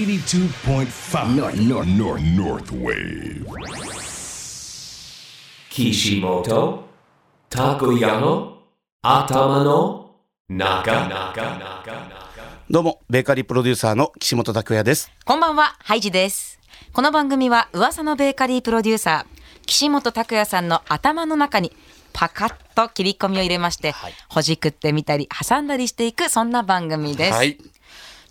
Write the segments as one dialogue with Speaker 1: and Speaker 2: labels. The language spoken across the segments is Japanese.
Speaker 1: 82.5 North, North, North, North Wave.
Speaker 2: 岸本たこやの頭の中
Speaker 3: どうも、ベーカリープロデューサーの岸本拓也です。
Speaker 4: こんばんは、ハイジです。この番組は噂のベーカリープロデューサー、岸本拓也さんの頭の中にパカッと切り込みを入れまして、ほじくってみたり、挟んだりしていく、そんな番組です。
Speaker 3: はい。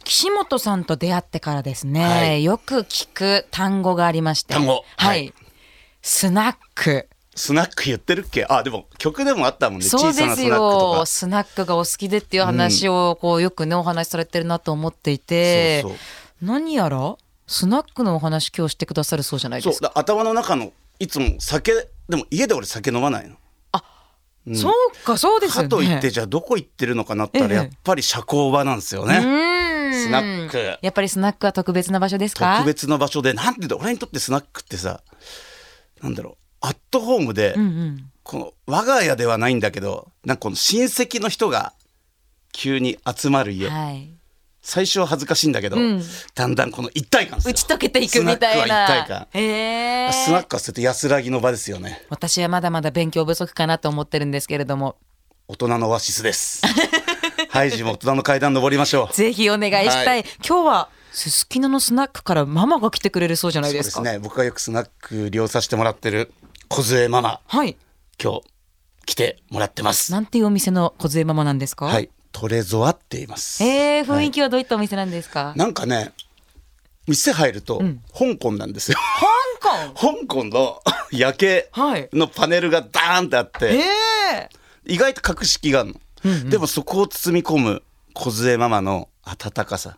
Speaker 4: 岸本さんと出会ってからですね、
Speaker 3: はい
Speaker 4: よく聞く単語がありまして、
Speaker 3: 単語
Speaker 4: は。
Speaker 3: はいい
Speaker 4: スナック。
Speaker 3: スナック言ってるっけあ、でも曲でもあったもんね。
Speaker 4: そう
Speaker 3: 小さ
Speaker 4: で
Speaker 3: な
Speaker 4: す
Speaker 3: スナックと
Speaker 4: よ
Speaker 3: か。
Speaker 4: スナックがお好きでっていう話をこうよくねお話しされてるなと思っていて
Speaker 3: そうそう
Speaker 4: 何やらスナックのお話今日してくださるそうじゃない
Speaker 3: そ
Speaker 4: で
Speaker 3: う
Speaker 4: すか
Speaker 3: だ頭の中のいつも酒でも家で俺酒飲まないの、
Speaker 4: そう,、かそうですよ
Speaker 3: か
Speaker 4: ね
Speaker 3: といってじゃあどこ行ってるのかなった
Speaker 4: ええ
Speaker 3: らやっぱり社交場なんですよ
Speaker 4: う
Speaker 3: ね、
Speaker 4: ーん
Speaker 3: スナック
Speaker 4: やっぱりスナックは特別な場所ですか
Speaker 3: 特別な場所でなんて言うんだ俺にとってスナックってさなんだろうアットホームで、
Speaker 4: うんうん
Speaker 3: この我が家ではないんだけどなんかこの親戚の人が急に集まる家、
Speaker 4: はい
Speaker 3: 最初は恥ずかしいんだけど、
Speaker 4: うん
Speaker 3: だんだんこの一体感ですよ
Speaker 4: 打ち解けていくみた
Speaker 3: ス
Speaker 4: いな
Speaker 3: ナックは一体感
Speaker 4: えー
Speaker 3: スナックは捨てて安らぎの場ですよね
Speaker 4: 私はまだまだ勉強不足かなと思ってるんですけれども
Speaker 3: 大人のオアシスです ハイジも大人の階段登りましょう
Speaker 4: ぜひお願いしたい、
Speaker 3: は
Speaker 4: 今日はすすきののスナックからママが来てくれるそうじゃないです
Speaker 3: そ
Speaker 4: か
Speaker 3: うですね僕がよくスナック利用させてもらってる梢ママ
Speaker 4: はい
Speaker 3: 今日来てもらってます
Speaker 4: なんていうお店の梢ママなんですか。
Speaker 3: はいトレゾワって言います
Speaker 4: えー、雰囲気はどういったお店なんですか。
Speaker 3: なんかね店入ると香港なんですよ、
Speaker 4: 香港。
Speaker 3: 香港の 夜景
Speaker 4: はい
Speaker 3: のパネルがダーンってあって、
Speaker 4: え
Speaker 3: 意外と格式があるの、でもそこを包み込む梢ママの温かさ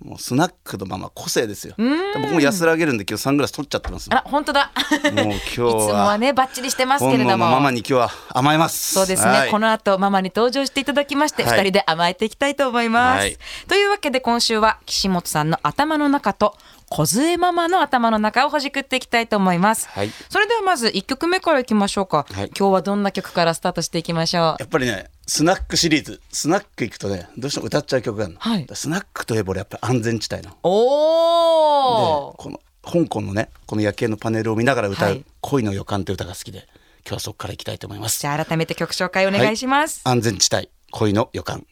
Speaker 3: もうスナックのママ個性ですよ僕も安らげるんで今日サングラス取っちゃってます
Speaker 4: ー、あら、本当だ。
Speaker 3: もう今日 はい
Speaker 4: つもはね、バッチリしてますけ
Speaker 3: 本
Speaker 4: れ
Speaker 3: 能
Speaker 4: ど
Speaker 3: の
Speaker 4: も。
Speaker 3: ママに今日は甘えます
Speaker 4: そうですね、
Speaker 3: はい
Speaker 4: この後ママに登場していただきまして、
Speaker 3: はい
Speaker 4: 二人で甘えていきたいと思います、
Speaker 3: はい
Speaker 4: というわけで今週は岸本さんの頭の中と梢ママの頭の中をほじくっていきたいと思います、
Speaker 3: はい
Speaker 4: それではまず一曲目からいきましょうか、
Speaker 3: はい
Speaker 4: 今日はどんな曲からスタートしていきましょう
Speaker 3: やっぱりねスナックシリーズスナック行くとねどうしても歌っちゃう曲があるの、
Speaker 4: はい
Speaker 3: スナックといえば俺やっぱり安全地帯ので
Speaker 4: おお
Speaker 3: この香港のねこの夜景のパネルを見ながら歌う「
Speaker 4: はい
Speaker 3: 恋の予感」って歌が好きで今日はそこから行きたいと思います
Speaker 4: じゃあ改めて曲紹介お願いします、
Speaker 3: 安全地帯恋の予感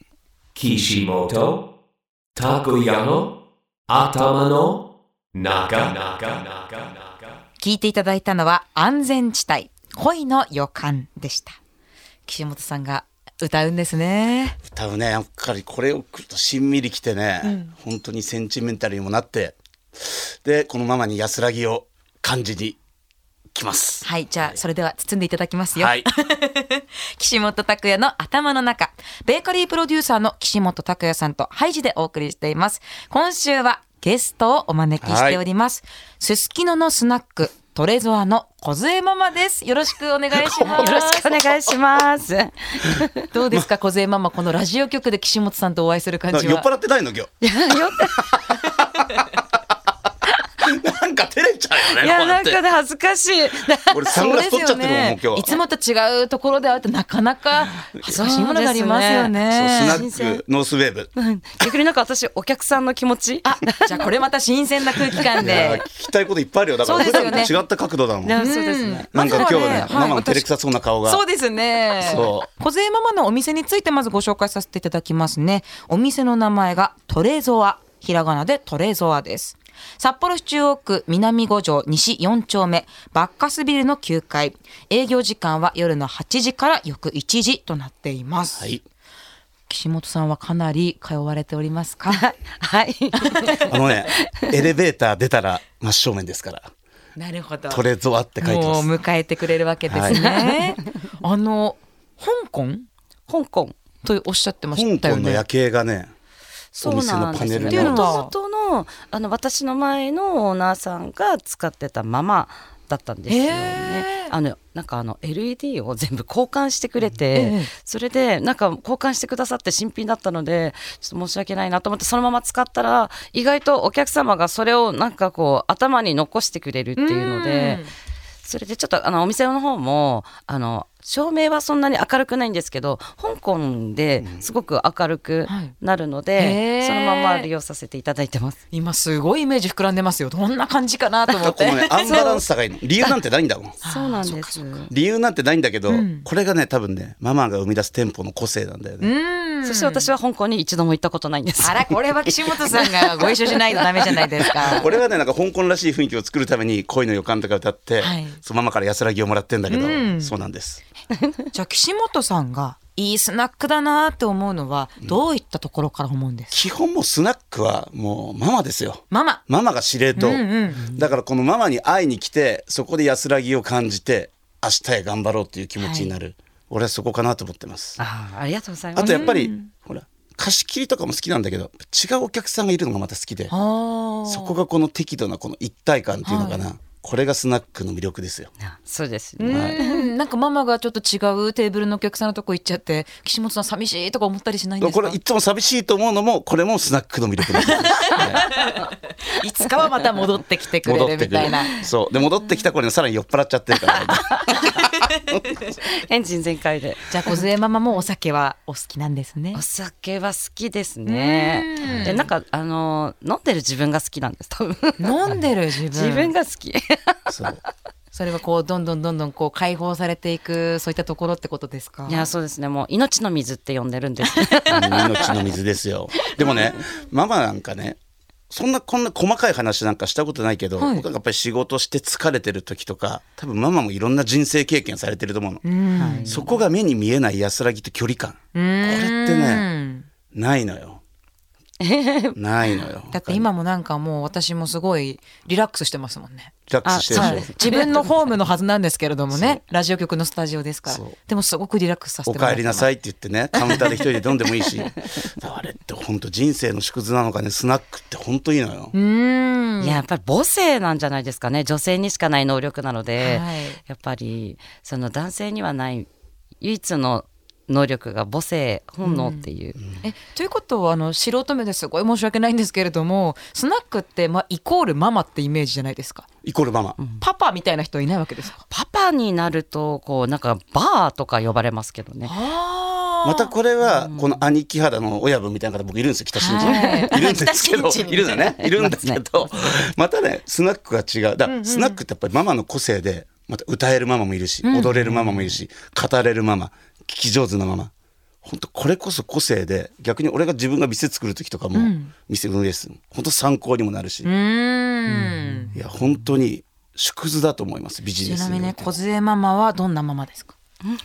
Speaker 2: 岸本たこやの頭の中
Speaker 4: 聞いていただいたのは安全地帯恋の予感でした岸本さんが歌うんですね
Speaker 3: 歌うねやっぱりこれを来るとしんみりきてね、本当にセンチメンタルにもなってでこのママに安らぎを感じにきます
Speaker 4: はいじゃあそれでは包んでいただきますよ、
Speaker 3: はい
Speaker 4: 岸本拓也の頭の中ベーカリープロデューサーの岸本拓也さんとハイジでお送りしています今週はゲストをお招きしておりますすすきののスナックトレゾアの小杖ママですよろしくお願いします よろしくお願いします どうですか小杖ママこのラジオ局で岸本さんとお会いする感
Speaker 3: なん
Speaker 4: じ
Speaker 3: か酔っ
Speaker 4: は
Speaker 3: 払ってないの今日。 なんか照れちゃうよね。
Speaker 4: いや
Speaker 3: こうや
Speaker 4: な
Speaker 3: っ
Speaker 4: ん
Speaker 3: て
Speaker 4: かね恥ずかしい。
Speaker 3: 俺サングラス取っちゃってるもん
Speaker 4: そうですよね
Speaker 3: もう今日はい
Speaker 4: つもと違うところで会うとなかなか恥ずかしいものがありますよね。
Speaker 3: そうスナックノースウェーブ。
Speaker 5: 逆になんか私お客さんの気持ち
Speaker 4: あじゃあこれまた新鮮な空気感
Speaker 3: いや
Speaker 4: で
Speaker 3: 聞。きたいこといっぱいあるよ。だから
Speaker 4: そう
Speaker 3: 普
Speaker 4: ですよね
Speaker 3: 段と違った角度だもん。なんか
Speaker 5: そうですね
Speaker 3: 今日はね
Speaker 4: ま、ずは
Speaker 3: マ
Speaker 4: はい
Speaker 3: マの照れくさそうな顔が。
Speaker 4: そうですね
Speaker 3: そ。
Speaker 4: 小勢ママのお店についてまずご紹介させていただきますね。お店の名前がトレゾア。ひらがなでトレゾアです。札幌市中央区南五条西4丁目バッカスビルの9階営業時間は夜の8時から翌1時となっています、
Speaker 3: はい。
Speaker 4: 岸本さんはかなり通われておりますか
Speaker 5: はい
Speaker 3: あのね、エレベーター出たら真正面です から。
Speaker 4: なるほど
Speaker 3: トレゾワって書いて
Speaker 4: も
Speaker 3: ま
Speaker 4: う
Speaker 3: す。
Speaker 4: 迎えてくれるわけですね、あの香港
Speaker 5: 香港
Speaker 4: とおっしゃってま
Speaker 3: 香
Speaker 4: したよ
Speaker 3: 港
Speaker 4: ね
Speaker 3: の夜景がね、
Speaker 5: そうなんです
Speaker 3: お店のパネル
Speaker 5: よ
Speaker 3: の
Speaker 4: って
Speaker 5: でも
Speaker 4: いうのは
Speaker 5: ともとのあの私の前のオーナーさんが使ってたままだったんですよ
Speaker 4: へ
Speaker 5: ねあのなんかあの LED を全部交換してくれて、
Speaker 4: ええ
Speaker 5: それでなんか交換してくださって新品だったのでちょっと申し訳ないなと思ってそのまま使ったら意外とお客様がそれをなんかこう頭に残してくれるっていうので。それでちょっとあのお店の方もあの照明はそんなに明るくないんですけど香港ですごく明るくなるので、
Speaker 4: はいへー
Speaker 5: そのまま利用させていただいてます。
Speaker 4: 今すごいイメージ膨らんでますよどんな感じか なと思
Speaker 3: だ
Speaker 4: っ
Speaker 3: か
Speaker 4: て
Speaker 3: らこのねアンバランス高 いの理由なんてないんだもん
Speaker 5: そうなんです。そ
Speaker 3: 理由なんてないんだけど、これがね多分ねママが生み出す店舗の個性なんだよね、
Speaker 5: して私は香港に一度も行ったことないんです。
Speaker 4: あらこれは岸本さんがご一緒しないとダメじゃないです か
Speaker 3: これはねなんか香港らしい雰囲気を作るために恋の予感とか歌って、
Speaker 4: はい
Speaker 3: そのママから安らぎをもらってんだけど、そうなんです
Speaker 4: じゃあ岸本さんがいいスナックだなって思うのはどういったところから思うんですか、
Speaker 3: 基本もうスナックはもうママですよ
Speaker 4: ママ
Speaker 3: ママが司令塔、
Speaker 4: うんう
Speaker 3: だからこのママに会いに来てそこで安らぎを感じて明日へ頑張ろうっていう気持ちになる、俺はそこかなと思ってます
Speaker 5: あーありがとうございます。
Speaker 3: あとやっぱり、ほら貸し切りとかも好きなんだけど違うお客さんがいるのがまた好きで
Speaker 4: あー
Speaker 3: そこがこの適度なこの一体感っていうのかな、これがスナックの魅力ですよ
Speaker 5: そうです
Speaker 4: う
Speaker 5: ね。
Speaker 4: んなんかママがちょっと違うテーブルのお客さんのとこ行っちゃって岸本さん寂しいとか思ったりしないんです
Speaker 3: こ
Speaker 4: か
Speaker 3: れいつも寂しいと思うのもこれもスナックの魅力ですよ
Speaker 4: いつかはまた戻ってきて くれるみたいな
Speaker 3: そうで戻ってきた頃にさらに酔っ払っちゃってるから、
Speaker 5: エンジン全開で。
Speaker 4: じゃあ梢ママもお酒はお好きなんですね
Speaker 5: お酒は好きですね。でなんかあのー飲んでる自分が好きなんです。多分
Speaker 4: 飲んでる自分
Speaker 5: 自分が好き。
Speaker 3: そう
Speaker 4: それはこうどんどんどんどんこう解放されていくそういったところってことですか
Speaker 5: いやそうですね。もう命の水って呼んでるんです。
Speaker 3: 命の水ですよでもねママなんかねそんなこんな細かい話なんかしたことないけど、
Speaker 4: はい
Speaker 3: 僕なんかやっぱり仕事して疲れてる時とか多分ママもいろんな人生経験されてると思うの、そこが目に見えない安らぎと距離感これってねないの よないのよ
Speaker 4: だって今もなんかもう私もすごいリラックスしてますもんね
Speaker 3: リラックスしてるでしょ
Speaker 5: あそう
Speaker 4: 自分のホームのはずなんですけれどもねラジオ局のスタジオですから
Speaker 3: そう
Speaker 4: でもすごくリラックスさせ
Speaker 3: お
Speaker 4: てもら
Speaker 3: か
Speaker 4: っ
Speaker 3: え
Speaker 4: て
Speaker 3: り
Speaker 4: ま
Speaker 3: な
Speaker 4: す
Speaker 3: さいって言ってねカウンターで一人で飲んでもいいし あれって本当人生の縮図なのかねスナックって本当いいのよ、
Speaker 5: いややっぱり母性なんじゃないですかね女性にしかない能力なので、
Speaker 4: はい
Speaker 5: やっぱりその男性にはない唯一の能力が母性本能っていう、
Speaker 4: えということはあの素人目ですごい申し訳ないんですけれどもスナックって、まあ、イコールママってイメージじゃないですか
Speaker 3: イコールママ、
Speaker 4: パパみたいな人いないわけですか
Speaker 5: パパになるとこうなんかバーとか呼ばれますけどね
Speaker 4: あ
Speaker 3: またこれはこの兄貴肌の親分みたいな方僕いるんですよ北新地
Speaker 4: はい
Speaker 3: にいるんですけど
Speaker 4: 北新地に
Speaker 3: いるんだねいるんだ けどまたねスナックが違うだからスナックってやっぱりママの個性でまた歌えるママもいるし踊れるママもいるし語れるママ聞き上手なママ本当これこそ個性で逆に俺が自分が店作る時とかも店運営する本当参考にもなるし
Speaker 4: うーん
Speaker 3: いや本当に縮図だと思いますビジ
Speaker 4: ち
Speaker 3: ネス
Speaker 4: なみに
Speaker 3: におい
Speaker 4: ね
Speaker 3: て
Speaker 4: 梢ママはどんなママですか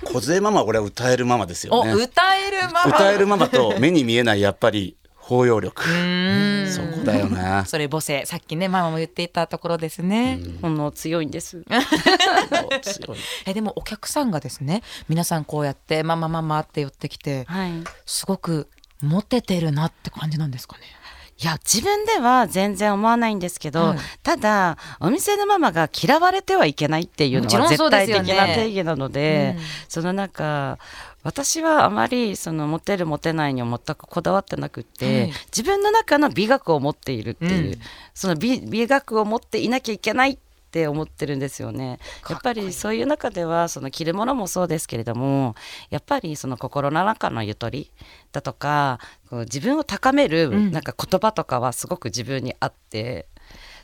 Speaker 3: 小杖ママは俺は歌えるママですよ
Speaker 4: お、
Speaker 3: ね
Speaker 4: 歌えるママ
Speaker 3: 歌えるママと目に見えないやっぱり包容力
Speaker 4: うん
Speaker 3: そこだよな
Speaker 4: それ母性さっきねママも言っていたところですね、
Speaker 5: 本能強いんです
Speaker 3: 強い
Speaker 4: えでもお客さんがですね皆さんこうやって「ママママ」って寄ってきて
Speaker 5: はい
Speaker 4: すごくモテてるなって感じなんですかね
Speaker 5: いや自分では全然思わないんですけど、
Speaker 4: はい
Speaker 5: ただお店のママが嫌われてはいけないっていうの
Speaker 4: もちろ
Speaker 5: は
Speaker 4: んそう
Speaker 5: 絶
Speaker 4: です
Speaker 5: 対的
Speaker 4: よね
Speaker 5: な定義なので
Speaker 4: うん
Speaker 5: その中私はあまりそのモテるモテないには全くこだわってなくって、
Speaker 4: はい
Speaker 5: 自分の中の美学を持っているっていう、
Speaker 4: うん
Speaker 5: その美美学を持っていなきゃいけないって思ってるんですよねやっぱりそういう中ではその着るものもそうですけれどもやっぱりその心の中のゆとりだとかこう自分を高めるなんか言葉とかはすごく自分にあって、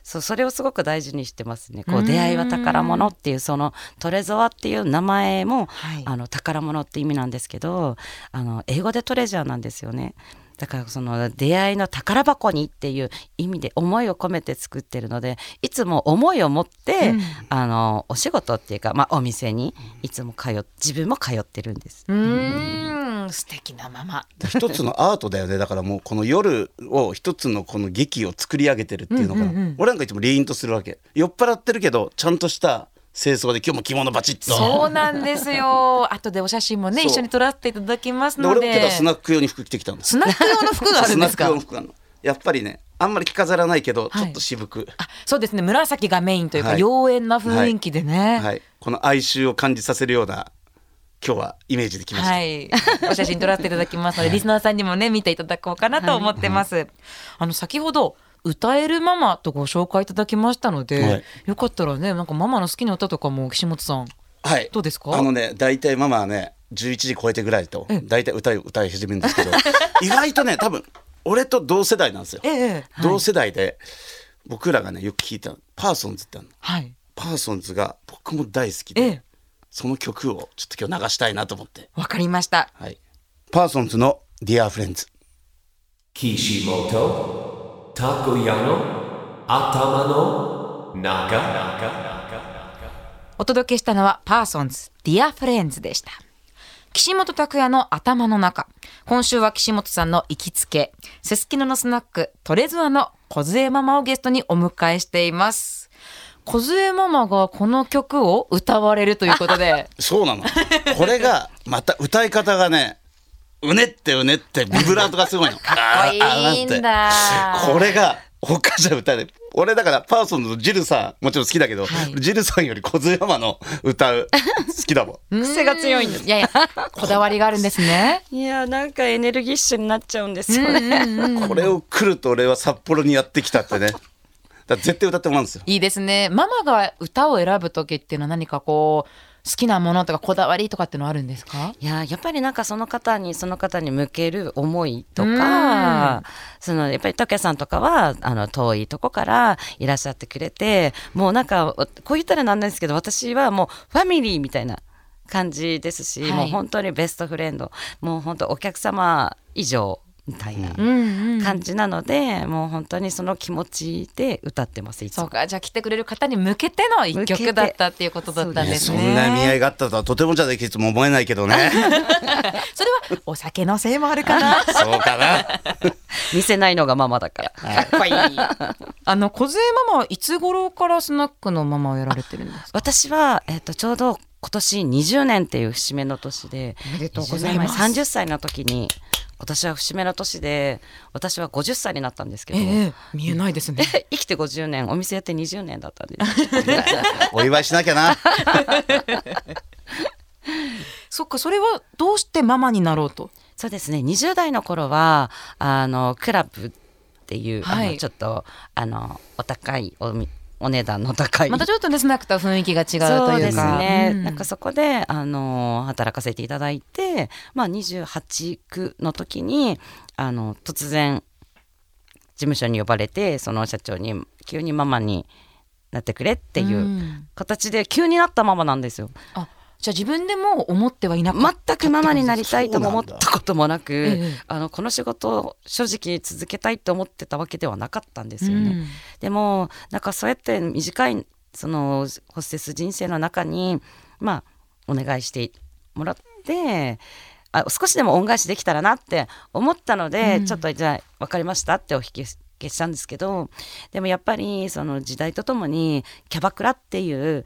Speaker 5: そうそれをすごく大事にしてますねこ
Speaker 4: う
Speaker 5: うん出会いは宝物っていうそのトレゾアっていう名前も、
Speaker 4: はい
Speaker 5: あの宝物って意味なんですけどあの英語でトレジャーなんですよねだからその出会いの宝箱にっていう意味で思いを込めて作ってるのでいつも思いを持って、
Speaker 4: うん
Speaker 5: あのお仕事っていうか、まあ、お店にいつも通っ自分も通ってるんです。
Speaker 4: うーん素敵なママ
Speaker 3: 一つのアートだよねだからもうこの夜を一つのこの劇を作り上げてるっていうのが、
Speaker 4: うんうんうん
Speaker 3: 俺なんかいつもリーンとするわけ酔っ払ってるけどちゃんとした清掃で今日も着物バチッと
Speaker 4: そうなんですよ後でお写真も
Speaker 3: そ
Speaker 4: ね
Speaker 3: う
Speaker 4: 一緒に撮らせていただきます
Speaker 3: で
Speaker 4: の
Speaker 3: 俺も今
Speaker 4: で
Speaker 3: 朝スナック用に服着てきたんです
Speaker 4: スナック用の服があるんですか
Speaker 3: スナック用の服なのやっぱりねあんまり着飾らないけど
Speaker 4: はい
Speaker 3: ちょっと渋く、
Speaker 4: あそうですね紫がメインというか、
Speaker 3: はい
Speaker 4: 妖艶な雰囲気でね
Speaker 3: はい、この哀愁を感じさせるような今日はイメージできました、
Speaker 4: はい、お写真撮らせていただきますので、リスナーさんにもね、見ていただこうかなと思ってます。あの、先ほど、歌えるママとご紹介いただきましたので、
Speaker 3: はい
Speaker 4: よかったらね、なんかママの好きな歌とかも岸本さん。
Speaker 3: はい、
Speaker 4: どうですか
Speaker 3: あのね大体ママはね11時超えてぐらいと大体歌い歌い始めるんですけど 意外とね多分俺と同世代なんですよ、
Speaker 4: ええ
Speaker 3: 同世代で僕らがねよく聞いたパーソンズってあるの
Speaker 4: はい。
Speaker 3: パーソンズが僕も大好きで、
Speaker 4: ええ、
Speaker 3: その曲をちょっと今日流したいなと思って、
Speaker 4: わかりました。
Speaker 3: はい、パーソンズの「Dear Friends」、
Speaker 2: Kishimoto Takoyano Atamano Naka
Speaker 4: お届けしたのはパーソンズ、ディアフレンズでした。岸本拓也の頭の中。今週は岸本さんの行きつけ、すすきののスナック、トレズアの小杖ママをゲストにお迎えしています。小杖ママがこの曲を歌われるということで
Speaker 3: そう なのこれがまた歌い方がねうねってうねってビブラートがすごいのか
Speaker 4: っこいいんだ
Speaker 3: これが他じゃ歌えない俺だからパーソンズのジルさんもちろん好きだけど、
Speaker 4: はい
Speaker 3: ジルさんより小津山の歌う好きだもん
Speaker 5: 癖が強いんです
Speaker 4: ういやいや、こだわりがあるんですね。
Speaker 5: いやーなんかエネルギッシュになっちゃうんですよね。
Speaker 3: これを来ると俺は札幌にやってきたってね。だから絶対歌ってもらうんですよ。
Speaker 4: いいですね。ママが歌を選ぶ時っていうのは何かこう、好きなものとかこだわりとかっていうのはあるんですか
Speaker 5: いやーやっぱりなんかその方にその方に向ける思いとかそのやっぱり竹さんとかはあの遠いとこからいらっしゃってくれてもうなんかこう言ったらなんないですけど私はもうファミリーみたいな感じですし、
Speaker 4: はい
Speaker 5: もう本当にベストフレンドもう本当お客様以上みたいな感じなので、もう本当にその気持ちで歌ってますいつ
Speaker 4: そ
Speaker 5: も
Speaker 4: う。か、じゃあ来てくれる方に向けての一
Speaker 5: 向け
Speaker 4: 曲
Speaker 5: て
Speaker 4: だったっていうことだったん
Speaker 5: そう
Speaker 4: で
Speaker 3: ね、
Speaker 4: す
Speaker 3: そ
Speaker 4: ね。
Speaker 3: んな見合いがあったとはとてもじゃないけども思えないけどね。
Speaker 4: それはお酒のせいもあるかな。
Speaker 3: そうかな。
Speaker 5: 見せないのがママだから。
Speaker 4: あの、小杖ママはいつ頃からスナックのママをやられてるんですか
Speaker 5: 私は、えっとちょうど今年20年っていう節目の年で
Speaker 4: おめでとうございます
Speaker 5: 20年前30歳の時に今年は節目の年で私は50歳になったんですけど、
Speaker 4: 見えないですね
Speaker 5: 生きて50年お店やって20年だったんです
Speaker 3: お祝いしなきゃな。
Speaker 4: そっか、それはどうしてママになろうと。
Speaker 5: そうですね20代の頃はあのクラブっていう、
Speaker 4: はい
Speaker 5: あのちょっとあのお高いおみお値段の高い
Speaker 4: またちょっとね、スナックとは雰囲気が違うというか。
Speaker 5: そうですね、
Speaker 4: うん
Speaker 5: なんかそこであの働かせていただいて、まあ、28区の時にあの突然事務所に呼ばれてその社長に急にママになってくれっていううん形で急になったママなんですよ。
Speaker 4: あ、じゃあ自分でも思ってはいなかった。
Speaker 5: 全くママになりたいとも思ったこともなく
Speaker 4: ええ
Speaker 5: あのこの仕事を正直続けたいと思ってたわけではなかったんですよね。
Speaker 4: うん
Speaker 5: でもなんかそうやって短いそのホステス人生の中にまあお願いしてもらってあ少しでも恩返しできたらなって思ったので、ちょっとじゃあ分かりましたってお引き受けしたんですけどでもやっぱりその時代とともにキャバクラっていう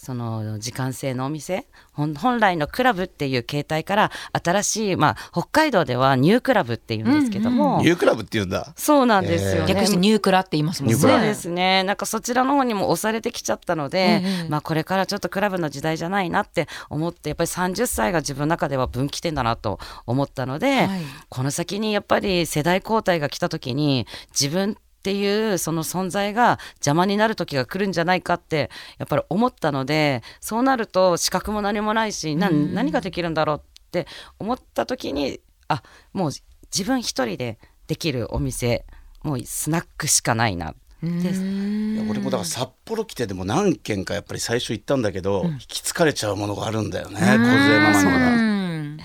Speaker 5: その時間制のお店本本来のクラブっていう形態から新しい、まあ、北海道ではニュークラブっていうんですけども、
Speaker 3: ニュークラブって言うんだ。
Speaker 5: そうなんですよね、
Speaker 4: 略してニュークラって言いますもんね。
Speaker 3: ニューク
Speaker 5: そうですねなんかそちらの方にも押されてきちゃったので、まあ、これからちょっとクラブの時代じゃないなって思ってやっぱり30歳が自分の中では分岐点だなと思ったので、
Speaker 4: はい
Speaker 5: この先にやっぱり世代交代が来た時に自分っていうその存在が邪魔になる時が来るんじゃないかってやっぱり思ったのでそうなると資格も何もないしな何ができるんだろうって思った時にあもう自分一人でできるお店もうスナックしかないなです
Speaker 3: いや俺もだから札幌来てでも何軒かやっぱり最初行ったんだけど、引きつかれちゃうものがあるんだよね。小津ママの方が。
Speaker 4: うん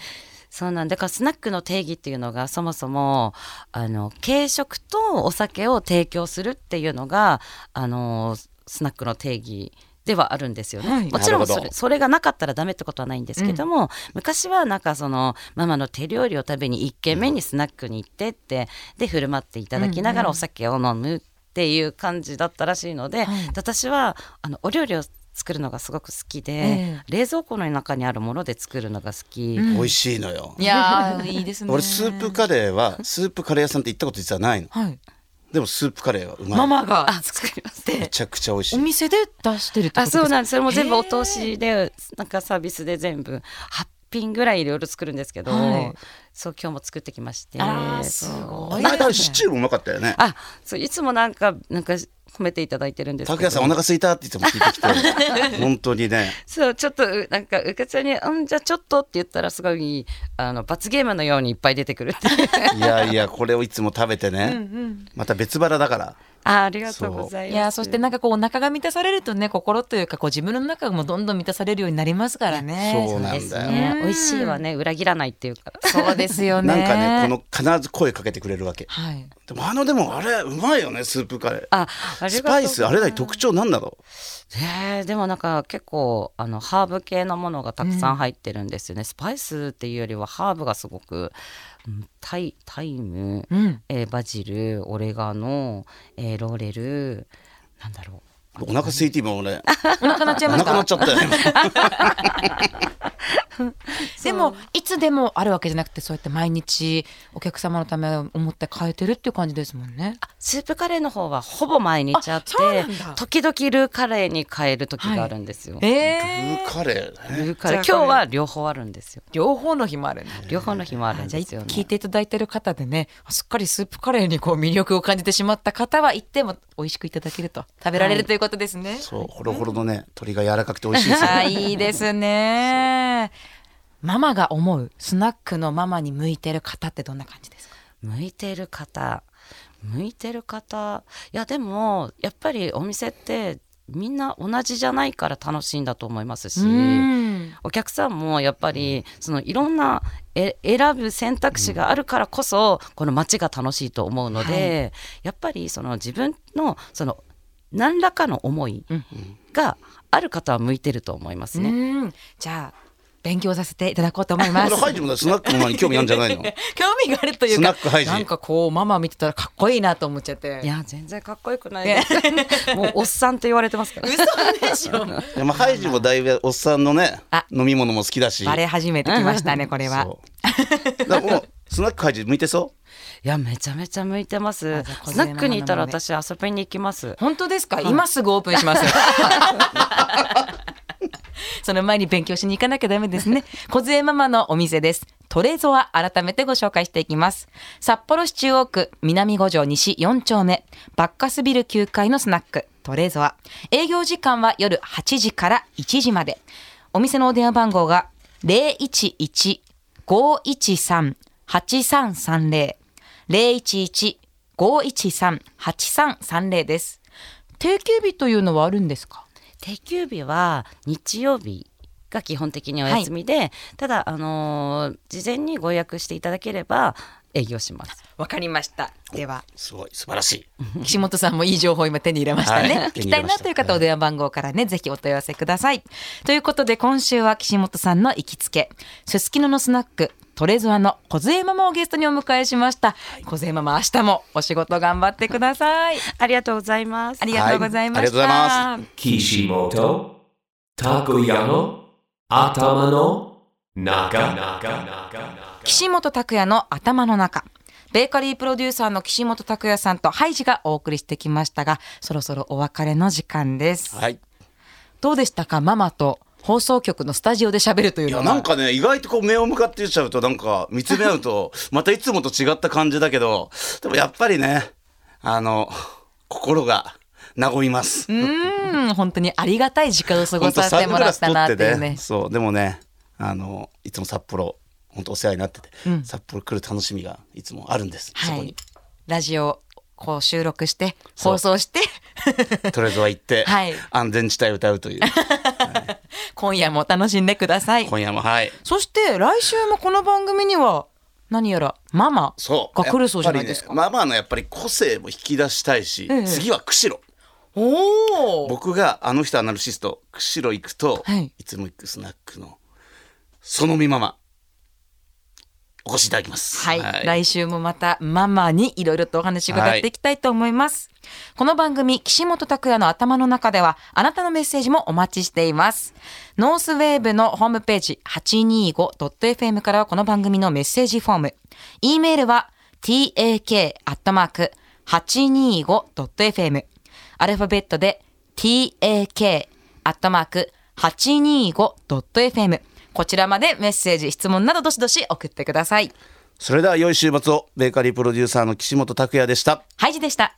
Speaker 5: そうなんだからスナックの定義っていうのがそもそもあの軽食とお酒を提供するっていうのがあのスナックの定義ではあるんですよね、
Speaker 4: はい
Speaker 5: もちろん
Speaker 3: なる
Speaker 5: そ
Speaker 3: ほ
Speaker 5: れ
Speaker 3: ど
Speaker 5: それがなかったらダメってことはないんですけども、昔はなんかそのママの手料理を食べに1軒目にスナックに行ってってで振る舞っていただきながらお酒を飲むっていう感じだったらしいので、
Speaker 4: はい
Speaker 5: 私はあのお料理を作るのがすごく好きで、
Speaker 4: え
Speaker 5: 冷蔵庫の中にあるもので作るのが好き、
Speaker 3: 美味しいのよ。
Speaker 4: いやー、いい ですね。
Speaker 3: 俺スープカレーはスープカレー屋さんって行ったこと実はないの。
Speaker 4: はい。
Speaker 3: でもスープカレーはうまい。
Speaker 4: ママが
Speaker 5: 作ります
Speaker 3: めちゃくちゃ美味し
Speaker 4: お
Speaker 3: い。
Speaker 4: 店で出してるってこと
Speaker 5: あ
Speaker 4: ですか
Speaker 5: そうなんですそれも全部お通しでなんかサービスで全部8品ぐらいいろいろ作るんですけど、
Speaker 4: はい
Speaker 5: そう今日も作ってきまして
Speaker 4: あー
Speaker 5: そう
Speaker 4: すごい
Speaker 3: 前だシチューもうまかったよね。
Speaker 5: あそういつもなんかなんか褒めていただいてるんですけど
Speaker 3: 拓也さんお腹空いたって言っても聞いてきて本当にね
Speaker 5: そうちょっとうなんかうかちゃんに「うんじゃあちょっと」って言ったらすごいあの罰ゲームのようにいっぱい出てくるっていう
Speaker 3: いやいやこれをいつも食べてねまた別腹だから
Speaker 5: あありがとうございます
Speaker 4: いやそしてなんかこうお腹が満たされるとね心というかこう自分の中もどんどん満たされるようになりますからね。
Speaker 3: そうなんだよ、
Speaker 5: ね美味しいはね裏切らないっていうか
Speaker 4: そうですよね。
Speaker 3: なんかねこの必ず声かけてくれるわけ
Speaker 4: はい。
Speaker 3: でもあのでもあれうまいよねスープカレー
Speaker 5: ああり
Speaker 3: ス
Speaker 5: がと
Speaker 3: パ
Speaker 5: う
Speaker 3: イスあれだい特徴なんだろ
Speaker 5: えーでもなんか結構あのハーブ系のものがたくさん入ってるんですよね、スパイスっていうよりはハーブがすごく、うんタイタイム、
Speaker 4: うん。
Speaker 5: えーバジルオレガノ、えーローレルなんだろ
Speaker 3: うお腹空いて今俺
Speaker 4: お腹なっちゃ
Speaker 3: お
Speaker 4: い
Speaker 3: 腹
Speaker 4: ました。
Speaker 3: なっちゃったよ
Speaker 4: でもいつでもあるわけじゃなくてそうやって毎日お客様のためを思って変えてるっていう感じですもんね。
Speaker 5: うスープカレーの方はほぼ毎日あ
Speaker 4: あ
Speaker 5: っ
Speaker 4: そう
Speaker 5: て
Speaker 4: なんだ
Speaker 5: 時々ルーカレーに変える時があるんですよ、
Speaker 4: ええ
Speaker 3: ルーカレーね
Speaker 5: ルーカレー
Speaker 4: じゃあ
Speaker 5: 今日は両方あるんですよ
Speaker 4: 両方の日もあるんだ。
Speaker 5: 両方の日もあるん
Speaker 4: じゃあ
Speaker 5: ですよね
Speaker 4: 聞いていただいてる方でねすっかりスープカレーにこう魅力を感じてしまった方は行っても美味しくいただけると食べられるということですね。
Speaker 3: そうほろほろのね鶏が柔らかくて美味しいですよ
Speaker 4: あいいですね。ママが思うスナックのママに向いてる方ってどんな感じですか。
Speaker 5: 向いてる方向いてる方いやでもやっぱりお店ってみんな同じじゃないから楽しいんだと思いますし
Speaker 4: うん。
Speaker 5: お客さんもやっぱりそのいろんなえ選ぶ選択肢があるからこそこの街が楽しいと思うので、やっぱりその自分のその何らかの思いがある方は向いてると思いますね。
Speaker 4: じゃあ勉強させていただこうと思いま
Speaker 3: 俺
Speaker 4: す。
Speaker 3: ハイジもだスナックの前に興味あるんじゃないの
Speaker 4: 興味があるという
Speaker 3: スナ
Speaker 4: か、
Speaker 3: ックハイジ
Speaker 4: なんかこうママ見てたらかっこいいなと思っちゃって。
Speaker 5: いや全然かっこよくないです。もうおっさんって言われてますから。
Speaker 4: 嘘でしょ。
Speaker 3: いやまあハイジもだいぶおっさんのね
Speaker 4: あ
Speaker 3: 飲み物も好きだし
Speaker 4: バレ始めてきましたねこれは。
Speaker 3: そうだからもうスナックハイジ向いてそう
Speaker 5: いやめちゃめちゃ向いてます
Speaker 4: あじゃあ
Speaker 5: スナックにいたら私遊びに行きます
Speaker 4: 本当ですか、今すぐオープンしますその前に勉強しに行かなきゃダメですね小杖ママのお店ですトレゾア改めてご紹介していきます札幌市中央区南五条西4丁目バッカスビル9階のスナックトレゾア営業時間は夜8時から1時までお店のお電話番号が011-513-8330 011-513-8330です。定休日というのはあるんですか
Speaker 5: 定休日は日曜日が基本的にお休みで、ただあのー事前にご予約していただければ営業します
Speaker 4: わかりました。では、
Speaker 3: すごい素晴らしい
Speaker 4: 岸本さんもいい情報を今手に入れましたね。
Speaker 3: はい
Speaker 4: 聞きたいなという方はお電話番号からね、ぜひお問い合わせください。ということで、今週は岸本さんの行きつけ、すすきののスナック、トレゾアの小杖ママをゲストにお迎えしました。小杖ママ、明日もお仕事頑張ってください。
Speaker 5: ありがとうございます
Speaker 4: ありがとうございました。
Speaker 3: はいありがとうございま
Speaker 2: 岸本、Takoyano, Atamano, Naga.
Speaker 4: 岸本拓也の頭の中ベーカリープロデューサーの岸本拓也さんとハイジがお送りしてきましたがそろそろお別れの時間です、
Speaker 3: はい
Speaker 4: どうでしたかママと放送局のスタジオで喋るという
Speaker 3: い
Speaker 4: の
Speaker 3: や
Speaker 4: は
Speaker 3: なんかね意外とこう目を向かって言っちゃうとなんか見つめ合うと またいつもと違った感じだけどでもやっぱりねあの心が和みます
Speaker 4: うーん本当にありがたい時間を過ごさせてもらったなっていうね
Speaker 3: そうでもねあのいつも札幌本当お世話になってて、札幌来る楽しみがいつもあるんです、そ
Speaker 4: は
Speaker 3: こ
Speaker 4: い
Speaker 3: に
Speaker 4: ラジオをこう収録して
Speaker 3: そう
Speaker 4: 放送して
Speaker 3: とりあえずは行って、
Speaker 4: はい
Speaker 3: 安全地帯を歌うという
Speaker 4: 今夜も楽しんでください
Speaker 3: 今夜もはい
Speaker 4: そして来週もこの番組には何やらママ
Speaker 3: そう
Speaker 4: が来るそうじゃないです
Speaker 3: やっ
Speaker 4: か、
Speaker 3: ぱりねママのやっぱり個性も引き出したいし、
Speaker 4: ええ
Speaker 3: 次は釧路
Speaker 4: おお
Speaker 3: 僕があの人アナルシスト釧路行くと、
Speaker 4: はい
Speaker 3: い、つも行くスナックのそのみママお越しいただきます
Speaker 4: はい、来週もまたママにいろいろとお話を伺っていきたいと思います、この番組岸本拓也の頭の中ではあなたのメッセージもお待ちしていますノースウェーブのホームページ 825.fm からはこの番組のメッセージフォーム e メールは tak.825.fm アルファベットで tak アットマーク 825.fm こちらまでメッセージ、質問などどしどし送ってください。
Speaker 3: それでは良い週末をベーカリープロデューサーの岸本拓也でした
Speaker 4: ハイジでした。